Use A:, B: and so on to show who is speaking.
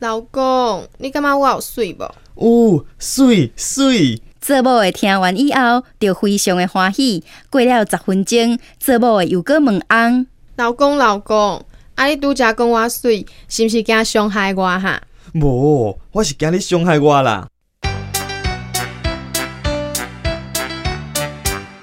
A: 老公，你感觉我有水无？
B: 有水水，
C: 做某的听完以后，就非常的欢喜。过了十分钟，做某的又搁问翁，
A: 老公，老公，啊你拄则讲我水，是毋是惊伤害我哈？
B: 无，我是惊你伤害我啦。